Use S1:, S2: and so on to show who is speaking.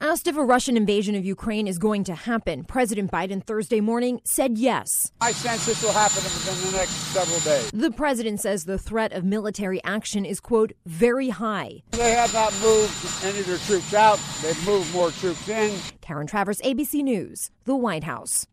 S1: asked if a Russian invasion of Ukraine is going to happen, President Biden Thursday morning said yes.
S2: I sense this will happen within the next several days.
S1: The president says the threat of military action is, quote, very high.
S2: They have not moved any of their troops out, they've moved more troops in.
S1: Karen Travers, ABC News, The White House.